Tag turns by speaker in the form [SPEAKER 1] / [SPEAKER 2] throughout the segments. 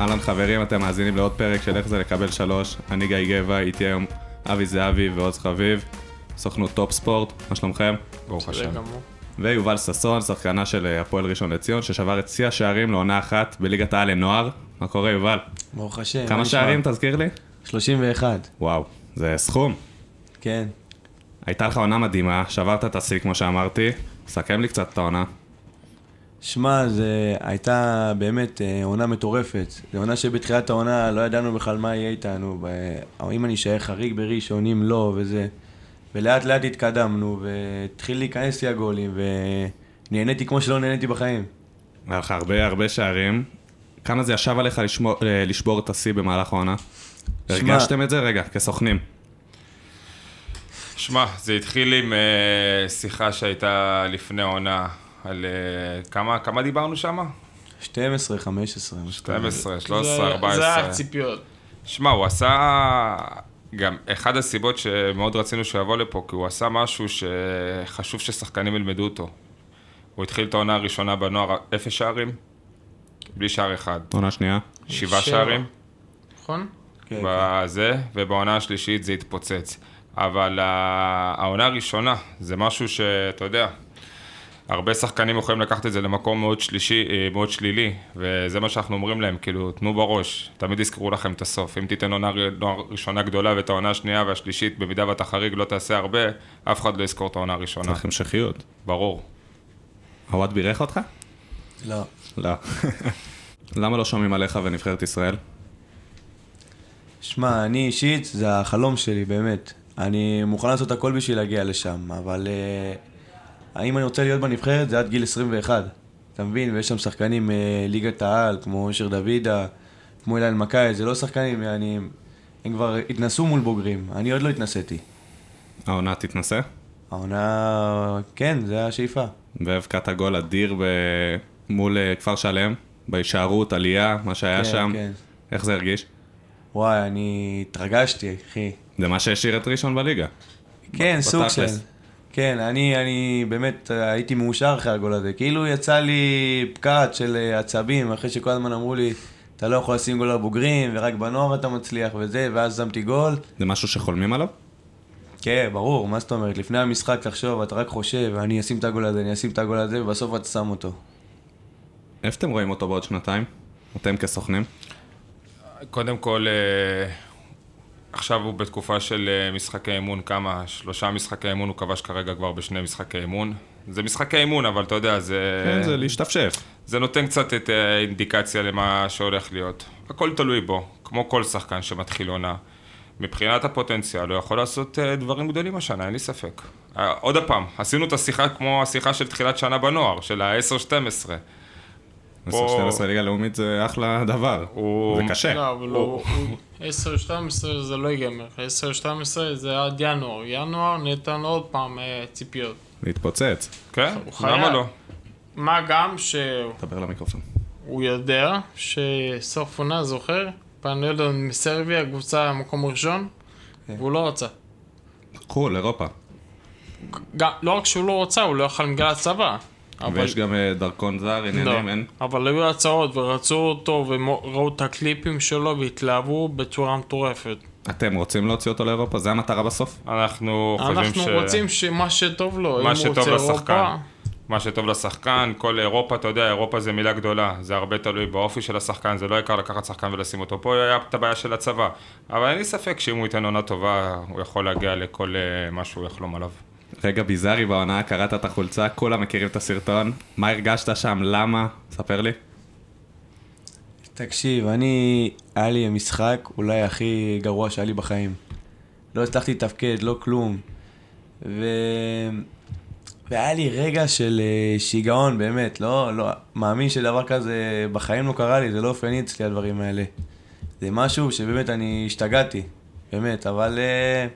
[SPEAKER 1] אהלן חברים, אתם מאזינים לעוד פרק של איך זה לקבל שלוש. אני גיא גבע, איתי היום אבי זהבי ועוז חביב, סוכנות טופ ספורט, מה שלומכם?
[SPEAKER 2] ברוך השם.
[SPEAKER 1] ויובל ששון, שחקנה של אה, הפועל ראשון לציון, ששבר את שיא השערים לעונה אחת בליגת העל לנוער. מה קורה, יובל?
[SPEAKER 3] ברוך השם. מה
[SPEAKER 1] כמה
[SPEAKER 3] נשמע?
[SPEAKER 1] שערים, תזכיר לי?
[SPEAKER 3] 31,
[SPEAKER 1] וואו, זה סכום.
[SPEAKER 3] כן.
[SPEAKER 1] הייתה לך עונה מדהימה, שברת את השיא כמו שאמרתי. סכם לי קצת את העונה.
[SPEAKER 3] שמע, זו הייתה באמת אה, עונה מטורפת. זו עונה שבתחילת העונה לא ידענו בכלל מה יהיה איתנו. ב- אם אני אשאר חריג בראשון, אם לא, וזה. ולאט לאט התקדמנו, והתחיל להיכנס לי הגולים, ונהניתי כמו שלא נהניתי בחיים.
[SPEAKER 1] היה לך הרבה הרבה שערים. כמה זה ישב עליך לשמור, אה, לשבור את השיא במהלך העונה?
[SPEAKER 3] שמע-
[SPEAKER 1] הרגשתם את זה? רגע, כסוכנים.
[SPEAKER 2] שמע, זה התחיל עם אה, שיחה שהייתה לפני עונה על אה, כמה, כמה דיברנו שם?
[SPEAKER 3] 12, 15. משהו כזה.
[SPEAKER 2] 12,
[SPEAKER 4] זה-
[SPEAKER 2] 13,
[SPEAKER 4] זה
[SPEAKER 2] 14.
[SPEAKER 4] הציפיות.
[SPEAKER 2] שמע, הוא עשה... גם אחד הסיבות שמאוד רצינו שהוא יבוא לפה, כי הוא עשה משהו שחשוב ששחקנים ילמדו אותו. הוא התחיל את העונה הראשונה בנוער אפס שערים, בלי שער אחד.
[SPEAKER 1] עונה שנייה.
[SPEAKER 4] שבע.
[SPEAKER 2] שבעה שערים.
[SPEAKER 4] נכון?
[SPEAKER 3] כן, כן.
[SPEAKER 2] בזה, ובעונה השלישית זה התפוצץ. אבל ה- העונה הראשונה, זה משהו שאתה יודע, הרבה שחקנים יכולים לקחת את זה למקום מאוד, שלישי, אה, מאוד שלילי, וזה מה שאנחנו אומרים להם, כאילו, תנו בראש, תמיד יזכרו לכם את הסוף. אם תיתן עונה ר- עונה ראשונה גדולה ואת העונה השנייה והשלישית, במידה ואתה חריג לא תעשה הרבה, אף אחד לא יזכור את העונה הראשונה,
[SPEAKER 1] צריך המשכיות.
[SPEAKER 2] ברור.
[SPEAKER 1] הוואט בירך אותך?
[SPEAKER 3] לא.
[SPEAKER 1] לא. למה לא שומעים עליך ונבחרת ישראל?
[SPEAKER 3] שמע, אני אישית, זה החלום שלי, באמת. אני מוכן לעשות הכל בשביל להגיע לשם, אבל אה, האם אני רוצה להיות בנבחרת? זה עד גיל 21. אתה מבין? ויש שם שחקנים אה, ליגת העל, כמו אושר דוידה, כמו אילן מקאי, זה לא שחקנים, אני, הם כבר התנסו מול בוגרים, אני עוד לא התנסיתי.
[SPEAKER 1] העונה תתנסה?
[SPEAKER 3] העונה, כן, זה השאיפה.
[SPEAKER 1] והבקעת גול אדיר ב... מול אה, כפר שלם, בהישארות, עלייה, מה שהיה
[SPEAKER 3] כן,
[SPEAKER 1] שם.
[SPEAKER 3] כן.
[SPEAKER 1] איך זה הרגיש?
[SPEAKER 3] וואי, אני התרגשתי, אחי.
[SPEAKER 1] זה מה שהשאיר את ראשון בליגה.
[SPEAKER 3] כן, סוג של.
[SPEAKER 1] בתכלס.
[SPEAKER 3] כן, אני, אני באמת אה, הייתי מאושר אחרי הגול הזה. כאילו יצא לי פקעת של אה, עצבים, אחרי שכל הזמן אמרו לי, אתה לא יכול לשים גול לבוגרים, ורק בנוער אתה מצליח וזה, ואז שמתי גול.
[SPEAKER 1] זה משהו שחולמים עליו?
[SPEAKER 3] כן, ברור, מה זאת אומרת? לפני המשחק, תחשוב, אתה רק חושב, אני אשים את הגול הזה, אני אשים את הגול הזה, ובסוף אתה שם אותו.
[SPEAKER 1] איפה אתם רואים אותו בעוד שנתיים? אתם כסוכנים?
[SPEAKER 4] כן.
[SPEAKER 2] קודם כל, אה, עכשיו הוא בתקופה של אה, משחקי אימון, כמה? שלושה משחקי אימון, הוא כבש כרגע כבר בשני משחקי אימון. זה משחקי אימון, אבל אתה יודע, זה...
[SPEAKER 1] כן, זה להשתפשף.
[SPEAKER 2] זה נותן קצת את אה, אינדיקציה למה שהולך להיות. הכל תלוי בו, כמו כל שחקן שמתחיל עונה. מבחינת הפוטנציאל, הוא יכול לעשות אה, דברים גדולים השנה, אין לי ספק. אה, עוד פעם, עשינו את השיחה כמו השיחה של תחילת שנה בנוער, של ה-10-12.
[SPEAKER 1] 10-12 ליגה לאומית זה אחלה דבר.
[SPEAKER 2] הוא-
[SPEAKER 1] זה קשה.
[SPEAKER 4] לא, אבל הוא... 10-12 זה לא ייגמר. 10-12 זה עד ינואר. ינואר ניתן לו עוד פעם אה, ציפיות.
[SPEAKER 1] להתפוצץ.
[SPEAKER 2] כן,
[SPEAKER 4] הוא
[SPEAKER 2] למה
[SPEAKER 4] חייב.
[SPEAKER 2] לא?
[SPEAKER 4] מה גם שהוא
[SPEAKER 1] דבר למיקרופון.
[SPEAKER 4] יודע שסוף עונה, זוכר? פנו אליו מסרביה, קבוצה מקום ראשון,
[SPEAKER 1] כן.
[SPEAKER 4] והוא לא רצה.
[SPEAKER 1] חו"ל, אירופה.
[SPEAKER 4] גם- לא רק שהוא לא רצה, הוא לא יכל בגלל הצבא. אבל-
[SPEAKER 1] ויש גם אה, דרכון זר, עניינים,
[SPEAKER 4] לא.
[SPEAKER 1] אין.
[SPEAKER 4] אבל היו הצעות ורצו אותו וראו את הקליפים שלו והתלהבו בצורה מטורפת.
[SPEAKER 1] אתם רוצים להוציא אותו לאירופה? זה המטרה בסוף?
[SPEAKER 2] אנחנו חושבים ש...
[SPEAKER 4] אנחנו רוצים שמה שטוב לו, אם
[SPEAKER 2] מה
[SPEAKER 4] הוא
[SPEAKER 2] שטוב
[SPEAKER 4] רוצה
[SPEAKER 2] לשחקן.
[SPEAKER 4] אירופה,
[SPEAKER 2] מה שטוב לשחקן, כל אירופה, אתה יודע, אירופה זה מילה גדולה, זה הרבה תלוי באופי של השחקן, זה לא העיקר לקחת שחקן ולשים אותו פה, היה את הבעיה של הצבא. אבל אין לי ספק שאם הוא ייתן עונה טובה, הוא יכול להגיע לכל אה, מה שהוא יחלום עליו.
[SPEAKER 1] רגע ביזארי בעונה, קראת את החולצה, כולם מכירים את הסרטון. מה הרגשת שם? למה? ספר לי.
[SPEAKER 3] תקשיב, אני, היה לי משחק אולי הכי גרוע שהיה לי בחיים. לא הצלחתי לתפקד, לא כלום. ו... והיה לי רגע של אה, שיגעון, באמת, לא, לא, מאמין שדבר כזה בחיים לא קרה לי, זה לא אופייני אצלי הדברים האלה. זה משהו שבאמת אני השתגעתי, באמת, אבל... אה,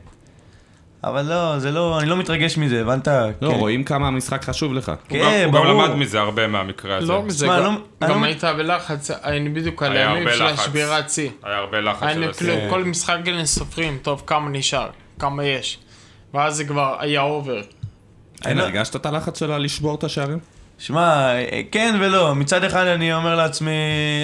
[SPEAKER 3] אבל לא, זה לא, אני לא מתרגש מזה, הבנת?
[SPEAKER 1] לא,
[SPEAKER 3] כן.
[SPEAKER 1] רואים כמה המשחק חשוב לך.
[SPEAKER 2] הוא גם-
[SPEAKER 3] כן,
[SPEAKER 2] הוא גם
[SPEAKER 3] ברור.
[SPEAKER 2] למד מזה הרבה מהמקרה הזה.
[SPEAKER 4] לא מזה,
[SPEAKER 3] שמע,
[SPEAKER 4] גם-
[SPEAKER 3] לא-
[SPEAKER 4] גם
[SPEAKER 3] אני-
[SPEAKER 4] היית בלחץ, היינו בדיוק על
[SPEAKER 2] היה
[SPEAKER 4] הימים
[SPEAKER 2] הרבה
[SPEAKER 4] של
[SPEAKER 2] לחץ.
[SPEAKER 4] השבירת שיא.
[SPEAKER 2] היה הרבה לחץ של
[SPEAKER 4] היינו כלום,
[SPEAKER 2] הסרט.
[SPEAKER 4] כל משחק היינו סופרים, טוב, כמה נשאר, כמה יש. ואז זה כבר היה אובר.
[SPEAKER 1] כן,
[SPEAKER 3] לא-
[SPEAKER 1] הרגשת את הלחץ שלה לשבור את השערים?
[SPEAKER 3] שמע, אה, כן ולא. מצד אחד אני אומר לעצמי,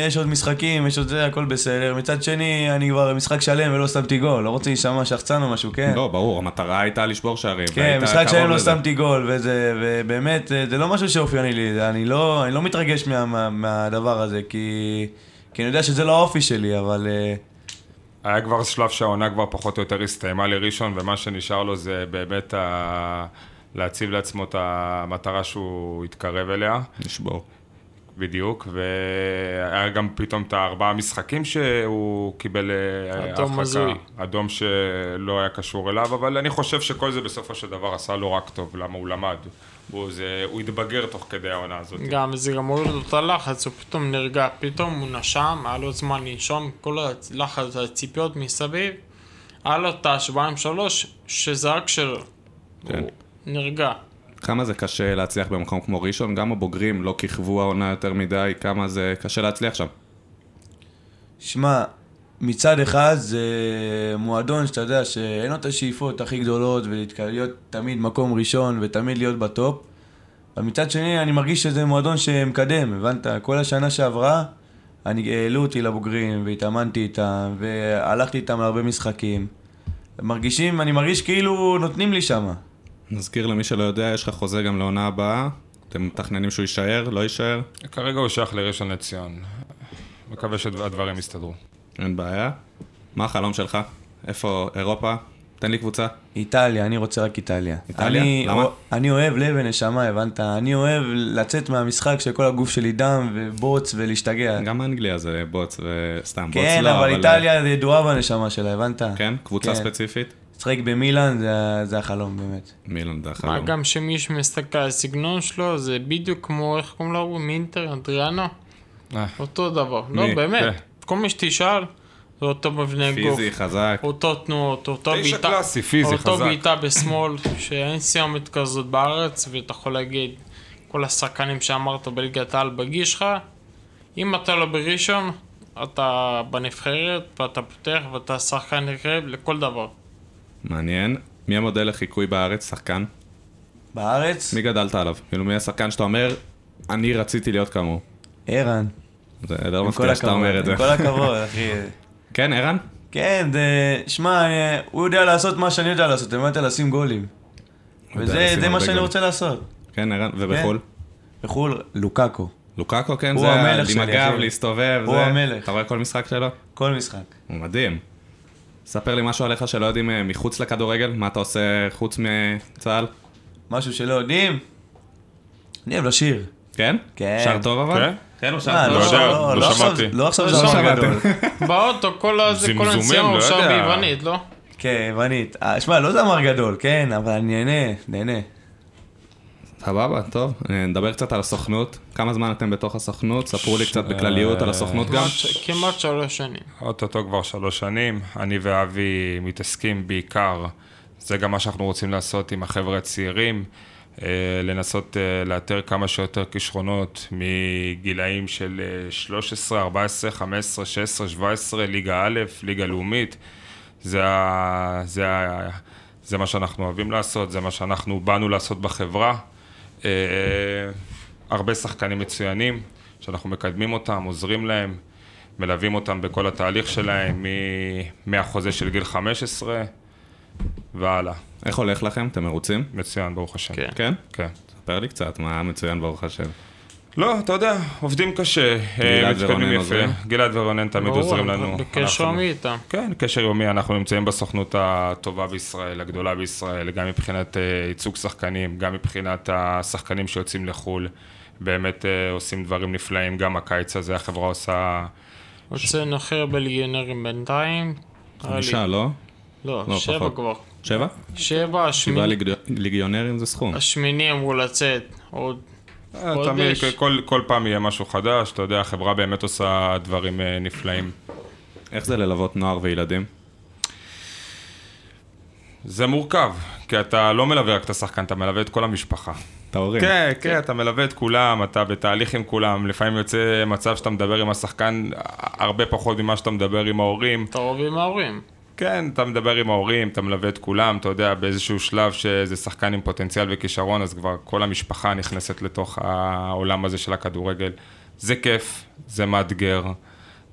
[SPEAKER 3] יש עוד משחקים, יש עוד זה, הכל בסדר. מצד שני, אני כבר משחק שלם ולא שמתי גול. לא רוצה להישמע שחצן או משהו, כן?
[SPEAKER 1] לא, ברור, המטרה הייתה לשבור שערים.
[SPEAKER 3] כן,
[SPEAKER 1] והיית
[SPEAKER 3] משחק
[SPEAKER 1] קרוב
[SPEAKER 3] שלם לא
[SPEAKER 1] לזה.
[SPEAKER 3] שמתי גול, וזה, ובאמת, אה, זה לא משהו שאופייני לי. זה- אני לא, אני לא מתרגש מה, מה, מהדבר הזה, כי, כי אני יודע שזה לא האופי שלי, אבל... אה,
[SPEAKER 2] היה כבר שלב שהעונה כבר פחות או יותר הסתיימה לראשון, ומה שנשאר לו זה באמת ה... להציב לעצמו את המטרה שהוא התקרב אליה,
[SPEAKER 1] לשבור.
[SPEAKER 2] בדיוק, והיה גם פתאום את הארבעה משחקים שהוא קיבל אה,
[SPEAKER 4] אדום
[SPEAKER 2] הרחקה.
[SPEAKER 4] הזוי.
[SPEAKER 2] אדום שלא היה קשור אליו, אבל אני חושב שכל זה בסופו של דבר עשה לו רק טוב, למה הוא למד. הוא, זה, הוא התבגר תוך כדי העונה הזאת.
[SPEAKER 4] גם זה גם הוריד לו את הלחץ, הוא פתאום נרגע, פתאום הוא נשם, היה לו זמן לנשום, כל הלחץ, הציפיות מסביב, היה לו את השבועיים שלוש, שזה רק שלו.
[SPEAKER 1] כן.
[SPEAKER 4] הוא נרגע.
[SPEAKER 1] כמה זה קשה להצליח במקום כמו ראשון, גם הבוגרים לא כיכבו העונה יותר מדי, כמה זה קשה להצליח שם.
[SPEAKER 3] שמע, מצד אחד זה מועדון שאתה יודע שאין לו את השאיפות הכי גדולות ולהיות תמיד מקום ראשון ותמיד להיות בטופ. ומצד שני אני מרגיש שזה מועדון שמקדם, הבנת? כל השנה שעברה אני העלו אותי לבוגרים והתאמנתי איתם והלכתי איתם להרבה משחקים. מרגישים, אני מרגיש כאילו נותנים לי שמה.
[SPEAKER 1] נזכיר למי שלא יודע, יש לך חוזה גם לעונה הבאה, אתם מתכננים שהוא יישאר, לא יישאר,
[SPEAKER 2] כרגע הוא שייך לראשון לציון. מקווה שהדברים יסתדרו.
[SPEAKER 1] אין בעיה. מה החלום שלך? איפה אירופה? תן לי קבוצה.
[SPEAKER 3] איטליה, אני רוצה רק איטליה.
[SPEAKER 1] איטליה?
[SPEAKER 3] אני,
[SPEAKER 1] למה?
[SPEAKER 3] אני אוהב לב ונשמה, הבנת? אני אוהב לצאת מהמשחק שכל הגוף שלי דם ובוץ ולהשתגע.
[SPEAKER 1] גם האנגליה זה בוץ וסתם בוץ לא,
[SPEAKER 3] כן, אבל איטליה זה ידועה בנשמה שלה, הבנת?
[SPEAKER 1] כן? קבוצה
[SPEAKER 3] כן.
[SPEAKER 1] ספציפית?
[SPEAKER 3] לשחק במילאן זה, ה- זה החלום באמת.
[SPEAKER 1] מילאן זה
[SPEAKER 4] מה
[SPEAKER 1] החלום.
[SPEAKER 4] גם שמי שמסתכל על הסגנון שלו, זה בדיוק כמו, איך קוראים לו, מינטר, אדריאנו,
[SPEAKER 2] אה,
[SPEAKER 4] אותו דבר. לא,
[SPEAKER 1] מי?
[SPEAKER 4] באמת.
[SPEAKER 2] כן.
[SPEAKER 4] כל מי שתשאל, זה אותו מבנה גוף.
[SPEAKER 1] פיזי, חזק.
[SPEAKER 4] אותו תנועות, אותו
[SPEAKER 2] תשע
[SPEAKER 4] בעיטה,
[SPEAKER 2] קלאסי, פיזי, חזק.
[SPEAKER 4] אותו בעיטה בשמאל, שאין סיומת כזאת בארץ, ואתה יכול להגיד, כל השחקנים שאמרת בליגת העל בגיל שלך, אם אתה לא בראשון, אתה בנבחרת, ואתה פותח, ואתה שחקן נקרב לכל דבר.
[SPEAKER 1] מעניין. מי המודל לחיקוי בארץ? שחקן?
[SPEAKER 3] בארץ,
[SPEAKER 1] מי גדלת עליו? כאילו, מי השחקן שאתה אומר, אני רציתי להיות כמוהו?
[SPEAKER 3] ערן.
[SPEAKER 1] זה לא
[SPEAKER 3] עם כל
[SPEAKER 1] מפתיע שאתה
[SPEAKER 3] הכבוד,
[SPEAKER 1] אומר את זה.
[SPEAKER 3] עם כל הכבוד, אחי.
[SPEAKER 1] כן, ערן?
[SPEAKER 3] כן, זה... שמע, אה, הוא יודע לעשות מה שאני יודע לעשות, הבנת? לשים גולים.
[SPEAKER 1] הוא יודע לשים
[SPEAKER 3] וזה זה
[SPEAKER 1] הרבה
[SPEAKER 3] מה שאני
[SPEAKER 1] גולים.
[SPEAKER 3] רוצה לעשות.
[SPEAKER 1] כן, ערן, ובחו"ל?
[SPEAKER 3] בחו"ל, לוקאקו.
[SPEAKER 1] לוקאקו, כן,
[SPEAKER 3] הוא
[SPEAKER 1] זה
[SPEAKER 3] המלך
[SPEAKER 1] עם
[SPEAKER 3] שלי,
[SPEAKER 1] הגב,
[SPEAKER 3] אחי.
[SPEAKER 1] להסתובב,
[SPEAKER 3] הוא
[SPEAKER 1] זה.
[SPEAKER 3] המלך.
[SPEAKER 1] אתה רואה כל משחק שלו?
[SPEAKER 3] כל משחק.
[SPEAKER 1] הוא מדהים. ספר לי משהו עליך שלא יודעים אה, מחוץ לכדורגל, מה אתה עושה חוץ מצה"ל?
[SPEAKER 3] משהו שלא יודעים? אני אוהב לשיר.
[SPEAKER 1] כן?
[SPEAKER 3] כן.
[SPEAKER 1] שר טוב אבל?
[SPEAKER 2] כן?
[SPEAKER 1] כן, הוא שר
[SPEAKER 3] מה,
[SPEAKER 1] טוב.
[SPEAKER 2] לא יודע, לא
[SPEAKER 3] לא עכשיו-
[SPEAKER 2] שמעתי.
[SPEAKER 3] לא עכשיו
[SPEAKER 4] לא
[SPEAKER 3] זה דבר
[SPEAKER 1] שמעתי.
[SPEAKER 3] גדול.
[SPEAKER 4] באוטו, כל הזה, כל
[SPEAKER 2] זמזומים,
[SPEAKER 4] הנסיעה הוא
[SPEAKER 2] לא
[SPEAKER 4] שר
[SPEAKER 2] יודע.
[SPEAKER 4] ביוונית, לא?
[SPEAKER 3] כן, יוונית. אה, שמע, לא זמר גדול, כן, אבל אני נהנה, נהנה.
[SPEAKER 1] סבבה, טוב. אה, נדבר קצת על הסוכנות. כמה זמן אתם בתוך הסוכנות? ספרו לי קצת בכלליות על הסוכנות גם.
[SPEAKER 4] כמעט ש- כמעט שלוש שנים.
[SPEAKER 2] אוטוטו כבר שלוש שנים, אני ואבי מתעסקים בעיקר, זה גם מה שאנחנו רוצים לעשות עם החבר'ה הצעירים, אה, לנסות אה, לאתר כמה שיותר כישרונות מגילאים של אה, 13, 14, 15, 16, 17, ליגה א', ליגה לאומית. זה, ה- זה, ה- זה מה שאנחנו אוהבים לעשות, זה מה שאנחנו באנו לעשות בחברה. אה, הרבה שחקנים מצוינים, שאנחנו מקדמים אותם, עוזרים להם, מלווים אותם בכל התהליך שלהם, מ- מהחוזה של גיל 15 והלאה.
[SPEAKER 1] איך הולך לכם? אתם מרוצים?
[SPEAKER 2] מצוין, ברוך השם.
[SPEAKER 4] כן.
[SPEAKER 1] כן?
[SPEAKER 2] כן.
[SPEAKER 1] ספר לי קצת, מה מצוין ברוך השם.
[SPEAKER 2] לא, אתה יודע, עובדים קשה,
[SPEAKER 1] גלעד
[SPEAKER 2] אה, מתקדמים
[SPEAKER 1] ורונן
[SPEAKER 2] יפה.
[SPEAKER 1] עוזרים?
[SPEAKER 2] גלעד ורונן תמיד
[SPEAKER 4] ברור,
[SPEAKER 2] עוזרים לנו.
[SPEAKER 4] בקשר
[SPEAKER 2] אנחנו-
[SPEAKER 4] מי איתם.
[SPEAKER 2] כן, קשר יומי, אנחנו נמצאים בסוכנות הטובה בישראל, הגדולה בישראל, גם מבחינת אה, ייצוג שחקנים, גם מבחינת השחקנים שיוצאים לחו"ל. באמת אה, עושים דברים נפלאים, גם הקיץ הזה החברה עושה...
[SPEAKER 4] הוצאנו הכי הרבה ליגיונרים בינתיים.
[SPEAKER 1] חמישה, לא?
[SPEAKER 4] לא,
[SPEAKER 1] לא,
[SPEAKER 4] שבע
[SPEAKER 1] פחות.
[SPEAKER 4] כבר.
[SPEAKER 1] שבע?
[SPEAKER 4] שבע,
[SPEAKER 1] שבעה
[SPEAKER 4] שמינית.
[SPEAKER 1] ליג- ליגיונרים זה סכום.
[SPEAKER 4] השמיני אמור לצאת, עוד
[SPEAKER 2] אה,
[SPEAKER 4] חודש.
[SPEAKER 2] תמיד, כל- כל, כל פעם יהיה משהו חדש, אתה יודע, החברה באמת עושה דברים אה, נפלאים.
[SPEAKER 1] איך זה ללוות נוער וילדים?
[SPEAKER 2] זה מורכב, כי אתה לא מלווה רק את השחקן, אתה מלווה את כל המשפחה.
[SPEAKER 1] את ההורים.
[SPEAKER 2] כן, כן, אתה מלווה את כולם, אתה בתהליך עם כולם, לפעמים יוצא אה, מצב שאתה מדבר עם השחקן הרבה פחות ממה שאתה מדבר עם ההורים.
[SPEAKER 4] אתה רוב עם ההורים.
[SPEAKER 2] כן, אתה מדבר עם ההורים, אתה מלווה את כולם, אתה יודע, באיזשהו שלב שזה שחקן עם פוטנציאל וכישרון, אז כבר כל המשפחה נכנסת לתוך העולם הזה של הכדורגל. זה כיף, זה מאתגר,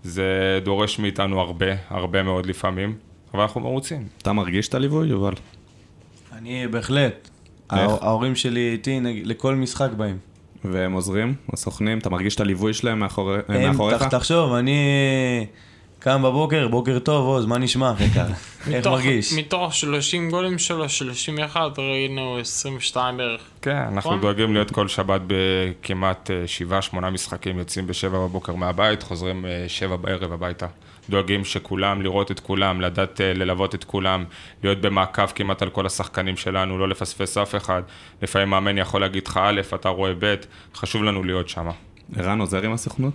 [SPEAKER 2] זה דורש מאיתנו הרבה, הרבה מאוד לפעמים, אבל אנחנו מרוצים.
[SPEAKER 1] אתה מרגיש את הליווי, יובל?
[SPEAKER 3] אני בהחלט. ההור- ההורים שלי איתי, נג- לכל משחק באים.
[SPEAKER 1] והם עוזרים, הסוכנים, אתה מרגיש את הליווי שלהם מאחורי-
[SPEAKER 3] הם,
[SPEAKER 1] מאחוריך?
[SPEAKER 3] תח- תחשוב, אני קם בבוקר, בוקר טוב, עוז, מה נשמע? איך
[SPEAKER 4] מתוך-
[SPEAKER 3] מרגיש?
[SPEAKER 4] מתוך 30 גולים שלו, 31, ראינו 22 בערך.
[SPEAKER 2] כן, אנחנו
[SPEAKER 4] נכון.
[SPEAKER 2] דואגים להיות כל שבת בכמעט אה, שבעה, שמונה משחקים, יוצאים בשבע בבוקר מהבית, חוזרים אה, שבע בערב הביתה. דואגים שכולם, לראות את כולם, לדעת אה, ללוות את כולם, להיות במעקב כמעט על כל השחקנים שלנו, לא לפספס אף אחד. לפעמים מאמן יכול להגיד לך א', אתה רואה ב', חשוב לנו להיות שם.
[SPEAKER 1] ערן עוזר עם הסוכנות?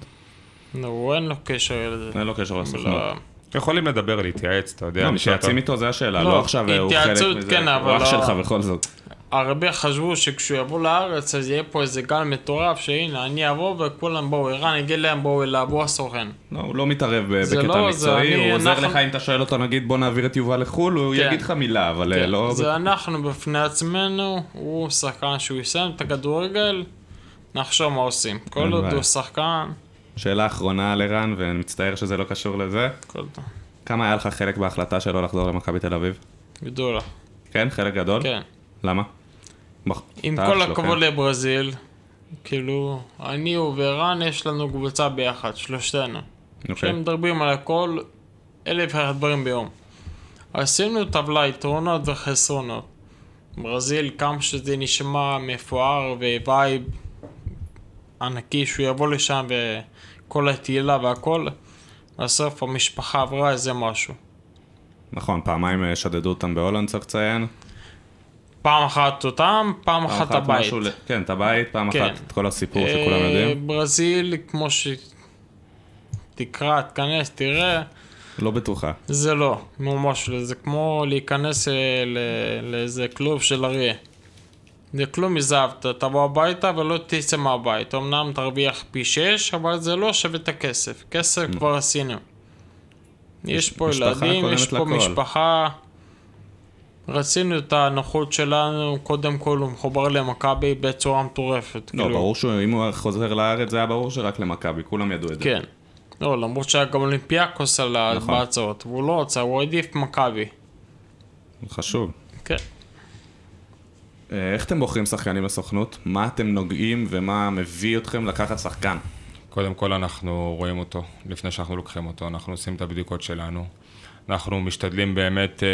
[SPEAKER 4] נו, הוא אין לו קשר לזה.
[SPEAKER 1] אין לו קשר
[SPEAKER 2] נכון.
[SPEAKER 1] לסוכנות.
[SPEAKER 4] לא.
[SPEAKER 2] יכולים לדבר, להתייעץ, אתה יודע.
[SPEAKER 1] לא,
[SPEAKER 2] לשאול אותו.
[SPEAKER 1] מתייעצים איתו, זה השאלה,
[SPEAKER 4] לא,
[SPEAKER 1] לא עכשיו אה, הוא חלק מזה.
[SPEAKER 4] התייעצות, כן, אבל
[SPEAKER 1] הוא אח
[SPEAKER 4] לא-
[SPEAKER 1] שלך בכל זאת.
[SPEAKER 4] הרבה חשבו שכשהוא יבוא לארץ אז יהיה פה איזה גל מטורף שהנה אני אבוא וכולם בואו, ערן יגיד להם בואו אליו, הוא הסוכן.
[SPEAKER 1] לא, הוא לא מתערב ב-
[SPEAKER 4] זה
[SPEAKER 1] בקטע
[SPEAKER 4] לא, זה
[SPEAKER 1] מקצועי,
[SPEAKER 4] אני-
[SPEAKER 1] הוא עוזר
[SPEAKER 4] אנחנו-
[SPEAKER 1] לך אם אתה שואל אותו, נגיד בוא נעביר את יובל לחו"ל, הוא
[SPEAKER 4] כן.
[SPEAKER 1] יגיד לך מילה, אבל אה, לא...
[SPEAKER 4] זה אנחנו בפני עצמנו, הוא שחקן שהוא יסיים את הכדורגל, נחשוב מה עושים. כל
[SPEAKER 1] אין
[SPEAKER 4] עוד
[SPEAKER 1] בעיה.
[SPEAKER 4] הוא שחקן,
[SPEAKER 1] שאלה אחרונה על ערן, ואני מצטער שזה לא קשור לזה.
[SPEAKER 4] כל טוב.
[SPEAKER 1] כמה היה לך חלק בהחלטה שלו לחזור למכבי תל אביב?
[SPEAKER 4] גדולה,
[SPEAKER 1] כן, חלק גדול?
[SPEAKER 4] כן.
[SPEAKER 1] למה? בח-
[SPEAKER 4] עם
[SPEAKER 1] אתה
[SPEAKER 4] כל
[SPEAKER 1] אח שלו,
[SPEAKER 4] הכבוד
[SPEAKER 1] כן?
[SPEAKER 4] לברזיל, כאילו, אני וערן יש לנו קבוצה ביחד, שלושתנו.
[SPEAKER 1] אוקיי.
[SPEAKER 4] שהם מדברים על הכל אלף ואחד דברים ביום. עשינו טבלה יתרונות וחסרונות. ברזיל, כמה שזה נשמע מפואר ווייב ענקי שהוא יבוא לשם וכל התהילה והכל, בסוף המשפחה עברה איזה משהו.
[SPEAKER 1] נכון, פעמיים אה, שדדו אותם בהולנד, צריך לציין.
[SPEAKER 4] פעם אחת אותם, פעם
[SPEAKER 1] פעם
[SPEAKER 4] אחת
[SPEAKER 1] אחת
[SPEAKER 4] הבית.
[SPEAKER 1] משהו ל- כן, את הבית, פעם
[SPEAKER 4] כן.
[SPEAKER 1] אחת את כל הסיפור
[SPEAKER 4] אה,
[SPEAKER 1] שכולם יודעים.
[SPEAKER 4] ברזיל, כמו ש... תקרא, תיכנס, תראה,
[SPEAKER 1] לא בטוחה.
[SPEAKER 4] זה לא, ממש לא, זה כמו להיכנס אה, ל- לאיזה כלוב של אריה. זה כלום הזהבת, תבוא הביתה ולא תצא מהבית. אמנם תרוויח פי שש, אבל זה לא שווה את הכסף. כסף כבר עשינו. יש פה
[SPEAKER 1] משפחה
[SPEAKER 4] ילדים, יש
[SPEAKER 1] קודמת
[SPEAKER 4] פה
[SPEAKER 1] לכל.
[SPEAKER 4] משפחה. רצינו את הנוחות שלנו, קודם כל הוא מחובר למכבי בצורה מטורפת. כאילו.
[SPEAKER 1] לא, ברור שאם הוא חוזר לארץ, זה היה ברור שרק למכבי, כולם ידעו את זה.
[SPEAKER 4] כן. לא, למרות שהיה גם אולימפיאקוס על
[SPEAKER 1] נכון.
[SPEAKER 4] ההצעות, והוא לא רצה, הוא העדיף מכבי.
[SPEAKER 1] חשוב.
[SPEAKER 4] כן.
[SPEAKER 1] אה, איך אתם בוחרים שחקנים בסוכנות? מה אתם נוגעים ומה מביא אתכם לקחת שחקן?
[SPEAKER 2] קודם כל אנחנו רואים אותו, לפני שאנחנו לוקחים אותו, אנחנו עושים את הבדיקות שלנו. אנחנו משתדלים באמת, אה,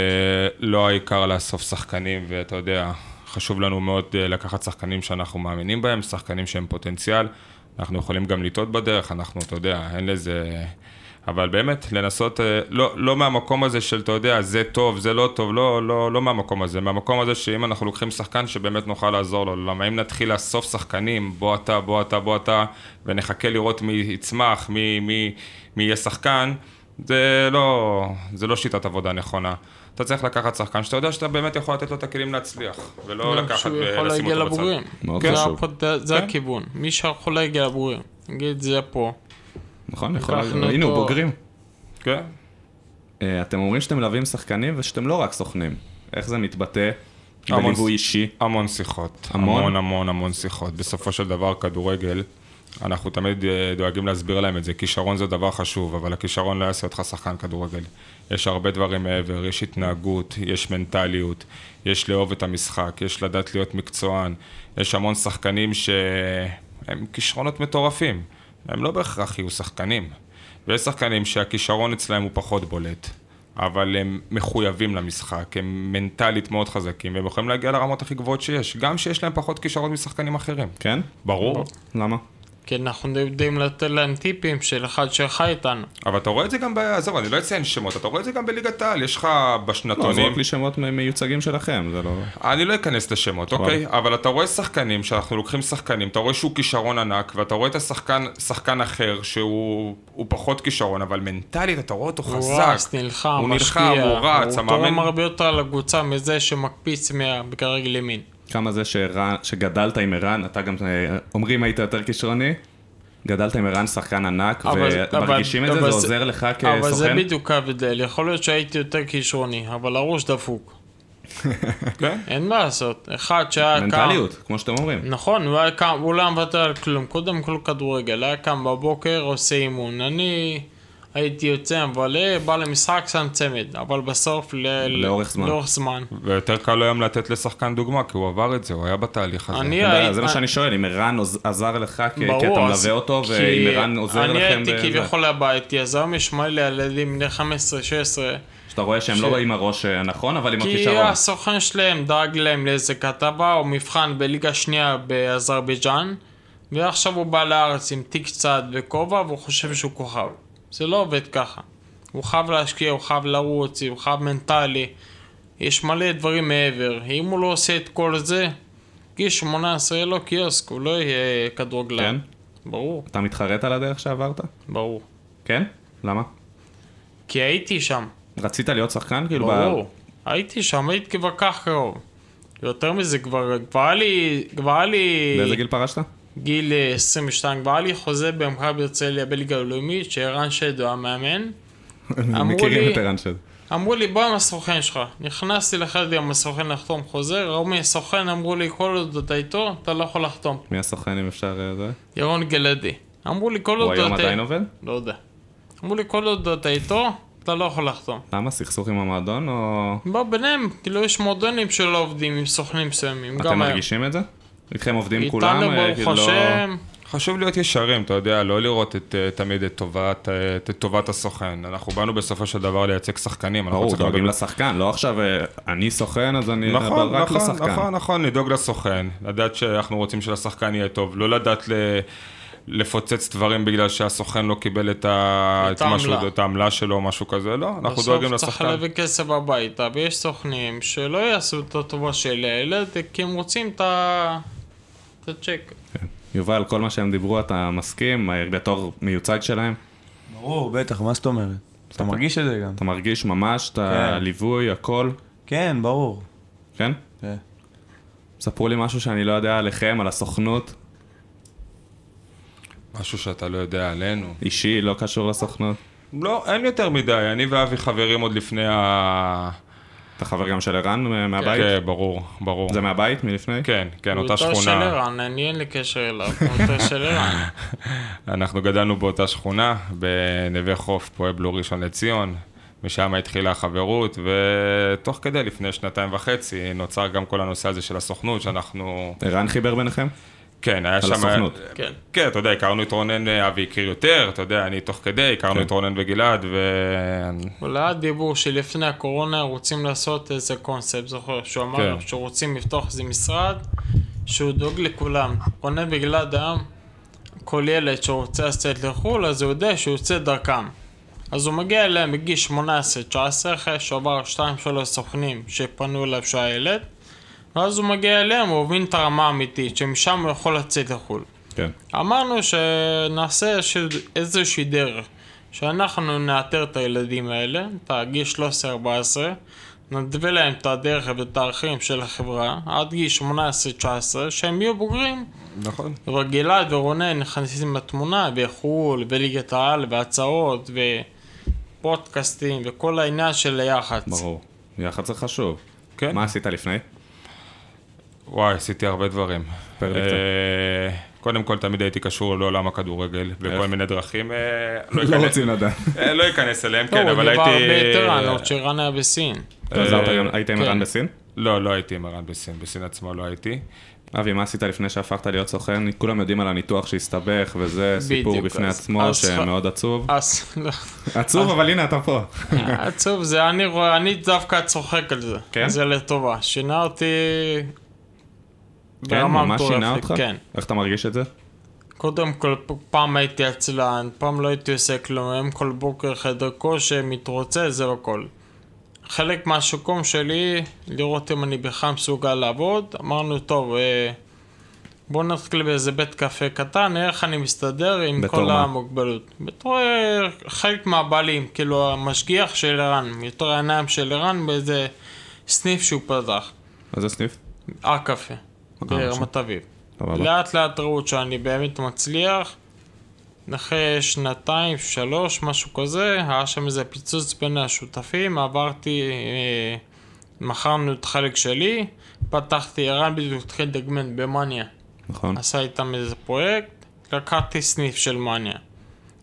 [SPEAKER 2] לא העיקר לאסוף שחקנים, ואתה יודע, חשוב לנו מאוד אה, לקחת שחקנים שאנחנו מאמינים בהם, שחקנים שהם פוטנציאל. אנחנו יכולים גם לטעות בדרך, אנחנו, אתה יודע, אין לזה... אבל באמת, לנסות, אה, לא, לא מהמקום הזה של, אתה יודע, זה טוב, זה לא טוב, לא, לא, לא מהמקום הזה, מהמקום הזה שאם אנחנו לוקחים שחקן, שבאמת נוכל לעזור לו. למה אם נתחיל לאסוף שחקנים, בוא אתה, בוא אתה, בוא אתה, ונחכה לראות מי יצמח, מי, מי, מי יהיה שחקן, זה לא, זה לא שיטת עבודה נכונה. אתה צריך לקחת שחקן שאתה יודע שאתה באמת יכול לתת לו את הכלים להצליח, ולא לא לקחת
[SPEAKER 4] לא, כן, שהוא יכול
[SPEAKER 2] ולשים
[SPEAKER 4] להגיע
[SPEAKER 2] אותו בצד.
[SPEAKER 4] לבוגרים.
[SPEAKER 1] מאוד
[SPEAKER 4] זה
[SPEAKER 1] חשוב.
[SPEAKER 4] הפוט- זה
[SPEAKER 2] כן.
[SPEAKER 4] הכיוון. מי שיכול להגיע לבוגרים. נגיד זה פה.
[SPEAKER 1] נכון, יכול
[SPEAKER 4] לקחנו
[SPEAKER 1] להיות. הנה, הוא
[SPEAKER 4] אותו.
[SPEAKER 1] בוגרים.
[SPEAKER 2] כן.
[SPEAKER 1] אה, אתם אומרים שאתם מלווים שחקנים ושאתם לא רק סוכנים. איך זה מתבטא?
[SPEAKER 2] המון
[SPEAKER 1] בליווי אישי.
[SPEAKER 2] המון שיחות.
[SPEAKER 1] המון?
[SPEAKER 2] המון? המון המון המון שיחות. בסופו של דבר, כדורגל, אנחנו תמיד אה, דואגים להסביר להם את זה. כישרון זה דבר חשוב, אבל הכישרון לא יעשה אותך שחקן כדורגל. יש הרבה דברים מעבר, יש התנהגות, יש מנטליות, יש לאהוב את המשחק, יש לדעת להיות מקצוען, יש המון שחקנים שהם כישרונות מטורפים. הם לא בהכרח יהיו שחקנים. ויש שחקנים שהכישרון אצלהם הוא פחות בולט. אבל הם מחויבים למשחק, הם מנטלית מאוד חזקים, והם יכולים להגיע לרמות הכי גבוהות שיש, גם שיש להם פחות כישרון משחקנים אחרים.
[SPEAKER 1] כן?
[SPEAKER 2] ברור.
[SPEAKER 1] למה?
[SPEAKER 4] כי אנחנו יודעים לתת להם טיפים של אחד שחי איתנו.
[SPEAKER 2] אבל אתה רואה את זה גם, ב- עזוב, אני לא אציין שמות, אתה רואה את זה גם בליגת העל, יש לך
[SPEAKER 1] לא,
[SPEAKER 2] בשנתונים...
[SPEAKER 1] זרוק לי שמות מ- מיוצגים שלכם, זה לא...
[SPEAKER 2] אני לא אכנס לשמות, אוקיי? אבל אתה רואה שחקנים, שאנחנו לוקחים שחקנים, אתה רואה שהוא כישרון ענק, ואתה רואה את השחקן, שחקן אחר, שהוא הוא פחות כישרון, אבל מנטלית אתה רואה אותו
[SPEAKER 4] הוא
[SPEAKER 2] חזק.
[SPEAKER 4] רץ, נלחם,
[SPEAKER 2] הוא
[SPEAKER 4] משקיע.
[SPEAKER 2] נלחם, הוא רץ,
[SPEAKER 4] הוא תורם
[SPEAKER 2] המאמן...
[SPEAKER 4] הרבה יותר לקבוצה מזה שמקפיץ מהרגל ימין.
[SPEAKER 1] כמה זה שערן- שגדלת עם ערן, אתה גם... אה, אומרים היית יותר כישרוני, גדלת עם ערן שחקן ענק,
[SPEAKER 4] אבל-
[SPEAKER 1] ומרגישים את
[SPEAKER 4] אבל-
[SPEAKER 1] זה? זה
[SPEAKER 4] אבל
[SPEAKER 1] עוזר לך כסוכן?
[SPEAKER 4] אבל זה בדיוק ההבדל, יכול להיות שהייתי יותר כישרוני, אבל הראש דפוק.
[SPEAKER 2] כן.
[SPEAKER 4] אין מה לעשות, אחד שהיה קם...
[SPEAKER 1] מנטליות, כמו שאתם אומרים.
[SPEAKER 4] נכון, הוא היה קם, הוא לא היה מוותר על כלום, קודם כל כדורגל, היה קם בבוקר, עושה אימון. אני הייתי יוצא, מבלה, בא למשחק, שם צמד, אבל בסוף ל...
[SPEAKER 1] לאורך זמן. אוקיי,
[SPEAKER 4] לאורך זמן.
[SPEAKER 2] ויותר קל לו היום לתת לשחקן דוגמה, כי הוא עבר את זה, הוא היה בתהליך הזה.
[SPEAKER 4] אני
[SPEAKER 1] אין בעיה,
[SPEAKER 4] הייתי-
[SPEAKER 1] זה מה שאני שואל, אם ערן עוז- עזר לך, כי כי אתה
[SPEAKER 4] אז-
[SPEAKER 1] מלווה אותו,
[SPEAKER 4] כי
[SPEAKER 1] ואם ערן עוזר לכם...
[SPEAKER 4] אני הייתי
[SPEAKER 1] בזה.
[SPEAKER 4] כביכול הביתי, אז היום יש מלא ילדים בני 15-16.
[SPEAKER 1] שאתה רואה שהם
[SPEAKER 4] ש-
[SPEAKER 1] לא עם הראש הנכון, אבל עם
[SPEAKER 4] כי
[SPEAKER 1] הכישרון.
[SPEAKER 4] הסוכן שלהם דאג להם לאיזה כתבה או מבחן בליגה שנייה באזרבייג'אן ועכשיו הוא בא לארץ עם תיק צד וכובע והוא חושב שהוא כוכב. זה לא עובד ככה. הוא חייב להשקיע, הוא חייב לרוץ, הוא חייב מנטלי. יש מלא דברים מעבר. אם הוא לא עושה את כל זה, גיל 18 יהיה לו קיוסק, הוא לא יהיה כדורגלן.
[SPEAKER 1] כן?
[SPEAKER 4] ברור,
[SPEAKER 1] אתה מתחרט על הדרך שעברת?
[SPEAKER 4] ברור.
[SPEAKER 1] כן? למה?
[SPEAKER 4] כי הייתי שם.
[SPEAKER 1] רצית להיות שחקן? כאילו,
[SPEAKER 4] ברור. הייתי שם, הייתי כבר כך קרוב. יותר מזה, כבר כבר היה לי... כבר היה לי...
[SPEAKER 1] באיזה גיל פרשת?
[SPEAKER 4] גיל אה, 22, כבר היה לי חוזה במכבי הרצליה בליגה הלאומית, שערן שדו המאמן.
[SPEAKER 1] מכירים
[SPEAKER 4] לי-
[SPEAKER 1] את ערן שד.
[SPEAKER 4] אמרו לי, בוא עם הסוכן שלך. נכנסתי לחדר עם הסוכן לחתום חוזה, ראו מי הסוכן, אמרו לי, כל עוד אתה איתו, אתה לא יכול לחתום.
[SPEAKER 1] מי הסוכן אם אפשר אה, זה?
[SPEAKER 4] ירון גלעדי. אמרו לי, כל עוד
[SPEAKER 1] הוא
[SPEAKER 4] אתה...
[SPEAKER 1] היום עדיין עובד?
[SPEAKER 4] לא יודע. אמרו לי, כל עוד אתה איתו, אתה לא יכול לחתום.
[SPEAKER 1] למה? סכסוך עם המועדון או...
[SPEAKER 4] בוא, ביניהם, כאילו, יש מועדונים שלא עובדים עם סוכנים מסוימים, גם
[SPEAKER 1] אתם
[SPEAKER 4] היום.
[SPEAKER 1] מרגישים את זה? איתכם עובדים כולם?
[SPEAKER 4] איתנו
[SPEAKER 1] אה,
[SPEAKER 4] ברוך
[SPEAKER 1] כאילו, לא-
[SPEAKER 4] השם,
[SPEAKER 2] חשוב להיות ישרים, אתה יודע, לא לראות את, אה, תמיד את טובת, אה, את טובת הסוכן. אנחנו באנו בסופו של דבר לייצג שחקנים. אנחנו
[SPEAKER 1] ברור,
[SPEAKER 2] צריכים
[SPEAKER 1] דואגים
[SPEAKER 2] לדבר-
[SPEAKER 1] לשחקן, לא עכשיו אה, אני סוכן אז אני...
[SPEAKER 2] נכון,
[SPEAKER 1] אבל רק
[SPEAKER 2] נכון,
[SPEAKER 1] לשחקן.
[SPEAKER 2] נכון, נכון, לדאוג לסוכן, לדעת שאנחנו רוצים שלשחקן יהיה טוב, לא לדעת ל... לפוצץ דברים בגלל שהסוכן לא קיבל את, ה...
[SPEAKER 4] את
[SPEAKER 2] את, משהו,
[SPEAKER 4] העמלה.
[SPEAKER 2] את העמלה שלו או משהו כזה, לא, אנחנו דואגים
[SPEAKER 4] בסוף צריך
[SPEAKER 2] לשחקן.
[SPEAKER 4] להביא כסף הביתה, ויש סוכנים שלא יעשו את הטובה של הילד, כי הם רוצים את ה... את הצ'ק.
[SPEAKER 1] יובל, כל מה שהם דיברו אתה מסכים? אה, בתור מיוצג שלהם?
[SPEAKER 3] ברור, בטח, מה זאת אומרת? אתה מרגיש את זה גם.
[SPEAKER 1] אתה מרגיש ממש את הליווי, הכל,
[SPEAKER 3] כן, ברור.
[SPEAKER 1] כן?
[SPEAKER 3] כן.
[SPEAKER 1] ספרו לי משהו שאני לא יודע עליכם, על הסוכנות,
[SPEAKER 2] משהו שאתה לא יודע עלינו.
[SPEAKER 1] אישי, לא קשור לסוכנות.
[SPEAKER 2] לא, אין יותר מדי, אני ואבי חברים עוד לפני ה...
[SPEAKER 1] אתה חבר גם של ערן אה, מהבית?
[SPEAKER 2] כן, ברור, ברור.
[SPEAKER 1] זה מהבית מלפני?
[SPEAKER 2] כן, כן,
[SPEAKER 4] הוא
[SPEAKER 2] אותה
[SPEAKER 4] יותר של
[SPEAKER 2] שכונה.
[SPEAKER 4] ערן, אני אין לי קשר אליו, הוא יותר של ערן.
[SPEAKER 2] אנחנו גדלנו באותה שכונה, בנווה חוף, פואבלו ראשון לציון, משם התחילה החברות, ותוך כדי, לפני שנתיים וחצי, נוצר גם כל הנושא הזה של הסוכנות, שאנחנו...
[SPEAKER 1] ערן חיבר ביניכם?
[SPEAKER 2] כן, היה שם...
[SPEAKER 1] הסוכנות.
[SPEAKER 4] כן.
[SPEAKER 2] כן, אתה יודע, הכרנו את רונן, אה, אבי הכיר יותר, אתה יודע, אני תוך כדי, הכרנו
[SPEAKER 1] כן.
[SPEAKER 2] את רונן וגלעד, ו...
[SPEAKER 4] אולי הדיבור שלפני הקורונה רוצים לעשות איזה קונספט, זוכר? שהוא אמר
[SPEAKER 2] כן.
[SPEAKER 4] שרוצים לפתוח איזה משרד שהוא דואג לכולם. עונה בגלעד היום, כל ילד שרוצה לצאת לחו"ל, אז הוא יודע שהוא יוצא דרכם. אז הוא מגיע אליהם בגיל 18-19, אחרי שעבר 2-3 סוכנים שפנו אליו שהיה ילד, ואז הוא מגיע אליהם, הוא מבין את הרמה האמיתית, שמשם הוא יכול לצאת לחו"ל.
[SPEAKER 1] כן.
[SPEAKER 4] אמרנו שנעשה איזשהו- איזושהי דרך, שאנחנו נאתר את הילדים האלה, את הגיל 13-14, נתווה להם את הדרך ואת הערכים של החברה, עד גיל 18-19, שהם יהיו בוגרים.
[SPEAKER 2] נכון.
[SPEAKER 4] אבל גלעד ורונן נכנסים לתמונה, וחו"ל, וליגת העל, והצעות, ופודקאסטים, וכל העניין של היח"צ.
[SPEAKER 1] ברור. יחד זה חשוב.
[SPEAKER 2] כן.
[SPEAKER 1] מה עשית לפני?
[SPEAKER 2] וואי, עשיתי הרבה דברים.
[SPEAKER 1] ספר לי קצת.
[SPEAKER 2] אה, קודם כל, תמיד הייתי קשור לעולם הכדורגל, בכל מיני דרכים. אה, לא
[SPEAKER 1] לא
[SPEAKER 2] אכנס-
[SPEAKER 1] רוצים לדעת.
[SPEAKER 2] אה, לא אכנס אליהם,
[SPEAKER 4] טוב,
[SPEAKER 2] כן, אבל הייתי...
[SPEAKER 4] הוא דיבר הרבה יותר על עוד שרן היה בסין.
[SPEAKER 1] אתה עזרת גם- היית עם
[SPEAKER 4] כן.
[SPEAKER 1] ערן בסין?
[SPEAKER 2] לא, לא הייתי עם ערן בסין, בסין עצמו לא הייתי.
[SPEAKER 1] אבי, מה עשית לפני שהפכת להיות סוכן? כולם יודעים על הניתוח שהסתבך, וזה סיפור
[SPEAKER 4] בדיוק,
[SPEAKER 1] בפני
[SPEAKER 4] אז-
[SPEAKER 1] עצמו
[SPEAKER 4] אז-
[SPEAKER 1] שמאוד עצוב.
[SPEAKER 4] אז לא.
[SPEAKER 1] עצוב, אבל הנה אתה פה.
[SPEAKER 4] עצוב אה, זה, אני רואה, אני דווקא צוחק על זה.
[SPEAKER 1] כן?
[SPEAKER 4] זה לטובה. שינה אותי...
[SPEAKER 1] כן,
[SPEAKER 4] ברמה
[SPEAKER 1] ממש שינה
[SPEAKER 4] מטורפת,
[SPEAKER 1] אותך?
[SPEAKER 4] כן.
[SPEAKER 1] איך אתה מרגיש את זה?
[SPEAKER 4] קודם כל, פ- פעם הייתי עצלן, פעם לא הייתי עושה כלום, היום כל בוקר חדר כושר, מתרוצה, זה הכל. חלק מהשיקום שלי, לראות אם אני בכלל מסוגל לעבוד, אמרנו, טוב, אה, בוא נתחיל באיזה בית קפה קטן, נראה איך אני מסתדר עם
[SPEAKER 1] בתור
[SPEAKER 4] כל
[SPEAKER 1] מה?
[SPEAKER 4] המוגבלות. בתור אה, חלק מהבעלים, כאילו המשגיח של ערן, יותר העיניים של ערן באיזה סניף שהוא פתח,
[SPEAKER 1] איזה סניף?
[SPEAKER 4] הר קפה,
[SPEAKER 1] אה,
[SPEAKER 4] ברמת אביב.
[SPEAKER 1] סבבה.
[SPEAKER 4] לאט לאט ראו שאני באמת מצליח, אחרי שנתיים, שלוש, משהו כזה, היה שם איזה פיצוץ בין השותפים, עברתי, אה, מכרנו את חלק שלי, פתחתי, ערן בדיוק התחיל לדגמן במאניה.
[SPEAKER 1] נכון?
[SPEAKER 4] עשה איתם איזה פרויקט, לקחתי סניף של מאניה.